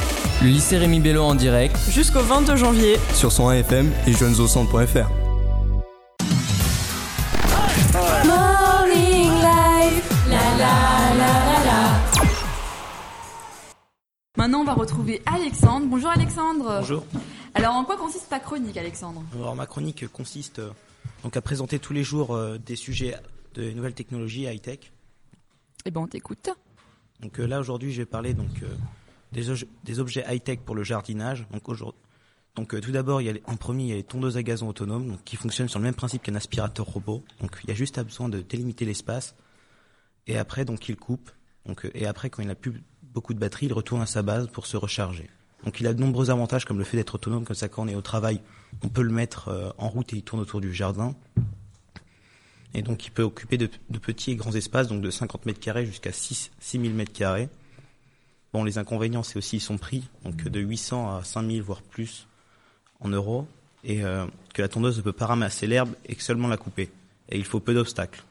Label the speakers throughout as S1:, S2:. S1: Le lycée Rémi Bello en direct
S2: jusqu'au 22 janvier
S3: sur son AFM et jeunesaucentre.fr.
S4: Morning Live, la la la la la.
S5: Maintenant, on va retrouver Alexandre. Bonjour Alexandre.
S6: Bonjour.
S5: Alors, en quoi consiste ta chronique, Alexandre
S6: Alors, ma chronique consiste euh, donc à présenter tous les jours euh, des sujets de nouvelles technologies high-tech.
S5: Eh ben, on t'écoute.
S6: Donc euh, là, aujourd'hui, je vais parler donc, euh, des, oj- des objets high-tech pour le jardinage. Donc, aujourd'hui- donc euh, tout d'abord, il y a les- en premier, il y a les tondeuses à gazon autonomes donc, qui fonctionnent sur le même principe qu'un aspirateur robot. Donc il y a juste à besoin de délimiter l'espace. Et après, donc il coupe. Donc, euh, et après, quand il n'a plus beaucoup de batterie, il retourne à sa base pour se recharger. Donc il a de nombreux avantages comme le fait d'être autonome, comme ça quand on est au travail, on peut le mettre euh, en route et il tourne autour du jardin. Et donc, il peut occuper de, de petits et grands espaces, donc de 50 mètres carrés jusqu'à 6, 6000 mètres carrés. Bon, les inconvénients, c'est aussi son prix, donc de 800 à 5000, voire plus, en euros, et euh, que la tondeuse ne peut pas ramasser l'herbe et que seulement la couper. Et il faut peu d'obstacles.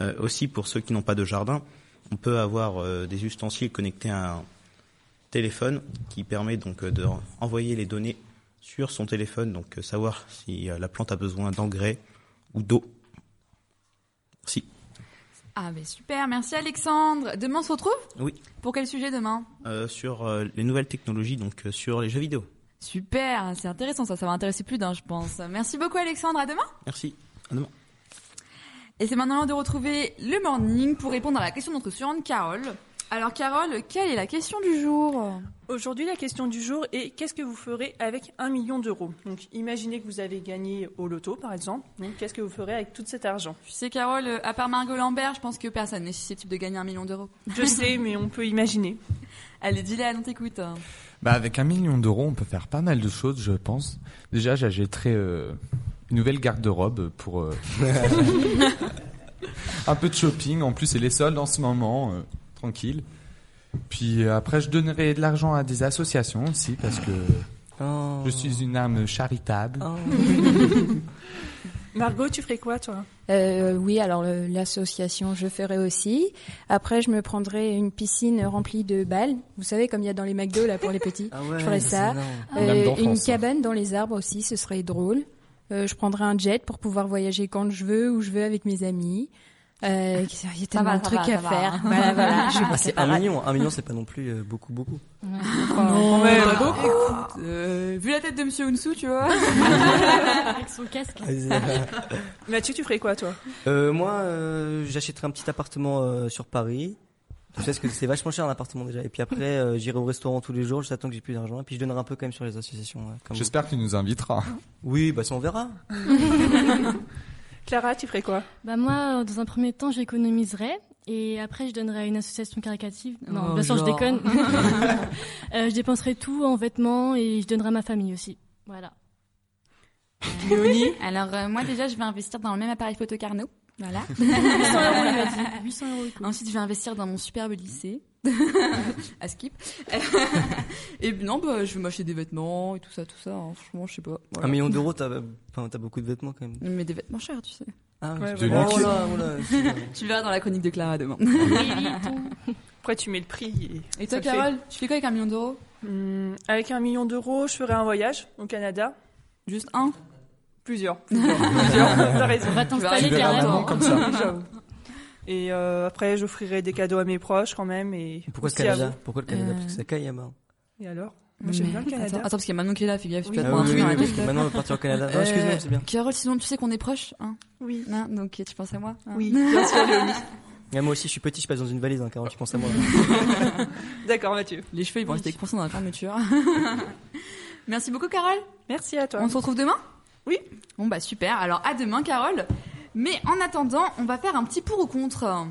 S6: Euh, aussi, pour ceux qui n'ont pas de jardin, on peut avoir euh, des ustensiles connectés à un téléphone qui permet donc d'envoyer les données sur son téléphone, donc euh, savoir si euh, la plante a besoin d'engrais ou d'eau. Si.
S5: Ah, ben super, merci Alexandre. Demain, on se retrouve
S6: Oui.
S5: Pour quel sujet demain
S6: Euh, sur euh, les nouvelles technologies, donc euh, sur les jeux vidéo.
S5: Super, c'est intéressant, ça, ça va intéresser plus d'un, je pense. Merci beaucoup Alexandre, à demain.
S6: Merci. À demain.
S5: Et c'est maintenant l'heure de retrouver le morning pour répondre à la question de notre suivante, Carole. Alors, Carole, quelle est la question du jour
S2: Aujourd'hui, la question du jour est qu'est-ce que vous ferez avec un million d'euros Donc, imaginez que vous avez gagné au loto, par exemple. Donc, qu'est-ce que vous ferez avec tout cet argent
S5: Tu sais, Carole, euh, à part Margot Lambert, je pense que personne n'est susceptible de gagner un million d'euros.
S2: Je sais, mais on peut imaginer.
S5: Allez, dis-le, on t'écoute.
S7: Bah avec un million d'euros, on peut faire pas mal de choses, je pense. Déjà, j'achèterai euh, une nouvelle garde-robe pour euh, un peu de shopping. En plus, c'est les soldes en ce moment, euh, tranquille. Puis euh, après, je donnerai de l'argent à des associations aussi parce que
S8: Oh.
S7: je suis une âme charitable.
S8: Ah
S2: Margot, tu ferais quoi, toi
S9: Euh, oui, alors le- l'association, je ferai aussi. Après, je me prendrai une piscine remplie de balles. Vous savez, comme il y a dans les McDo là pour les petits.
S8: Ah
S9: je ferai ça. Euh,
S7: Dame d'enfance,
S9: une
S7: ça.
S9: cabane dans les arbres aussi, ce serait drôle. Euh, je prendrai un jet pour pouvoir voyager quand je veux, où je veux avec mes amis. Euh, il y a tellement
S5: va,
S9: de
S5: ça
S9: trucs
S5: va, ça
S9: à
S5: va,
S9: faire.
S5: hein.
S9: Voilà, voilà. Je
S8: Ah, c'est un million. Un million, c'est pas non plus euh, beaucoup, beaucoup.
S2: Non,
S5: Euh, vu la tête de Monsieur Hunsu, tu vois.
S10: Avec son casque.
S2: Mathieu, tu ferais quoi, toi
S8: Euh, moi, euh, j'achèterai un petit appartement euh, sur Paris. Je sais ce que c'est vachement cher un appartement déjà. Et puis après, euh, j'irai au restaurant tous les jours. J'attends que j'ai plus d'argent. Et puis je donnerai un peu quand même sur les associations. ouais, comme vous.
S7: J'espère que tu nous inviteras.
S8: Oui, bah ça on verra.
S2: Clara, tu ferais quoi
S10: Bah moi, euh, dans un premier temps, j'économiserai et après, je donnerai à une association caritative. Non,
S5: Oh,
S10: bien sûr, je
S5: genre.
S10: déconne. Euh, je dépenserai tout en vêtements et je donnerai à ma famille aussi. Voilà.
S5: Alors euh, moi déjà je vais investir dans le même appareil photo qu'Arnaud. Voilà.
S10: 800 euros, il m'a dit. 800 euros, il coûte.
S5: Ensuite je vais investir dans mon superbe lycée. à skip. et non bah, je vais m'acheter des vêtements et tout ça tout ça. hein. Franchement je sais pas. Voilà.
S8: Un million d'euros, t'as enfin, t'as beaucoup de vêtements quand même.
S5: Mais des vêtements chers tu sais.
S8: Ah,
S2: Ouais,
S8: c'est-
S7: voilà.
S8: oh là, oh là, c'est-
S5: Tu verras dans la chronique de Clara demain.
S2: Après, tu mets le prix.
S5: Et toi
S2: Ça le fait.
S5: Carole tu fais quoi avec un million d'euros
S2: Hum, avec un million d'euros, je ferais un voyage au Canada.
S5: Juste un.
S2: Plusieurs. Plusieurs. Plusieurs. T'as raison.
S10: On va
S5: Tu
S10: t'installer
S5: verras
S10: carrément.
S5: vraiment
S7: comme ça.
S2: J'avoue. Et euh, après, j'offrirai des cadeaux à mes proches quand même. Et
S8: Pourquoi le
S2: aussi à
S8: Canada Pourquoi le Canada Parce que
S5: Euh.
S8: c'est Kayama.
S2: vous. Et alors Moi, j'aime bien le Canada.
S5: Attends, attends, parce qu'il y a Manon qui est là fais gaffe tu
S2: Oui.
S5: vas
S2: Ah
S5: te
S8: Ah,
S5: prendre un
S8: oui,
S5: truc
S8: oui,
S5: dans la
S8: oui,
S5: tête.
S8: oui. Maintenant, on va partir au Canada. Non,
S5: Euh,
S8: excuse-moi, c'est bien.
S5: Carole sinon tu sais qu'on est proches hein.
S2: Oui.
S5: Hein, donc tu penses à moi. hein.
S2: Oui, bien sûr, Léonie.
S8: Et moi aussi, je suis petit, je passe dans une valise, hein, Carole, tu penses à moi.
S2: D'accord, Mathieu.
S5: Les cheveux ils vont rester coincés dans la fermeture. Merci beaucoup Carole.
S2: Merci à toi.
S5: On se retrouve demain
S2: Oui.
S5: Bon bah super, alors à demain Carole. Mais en attendant, on va faire un petit pour ou contre.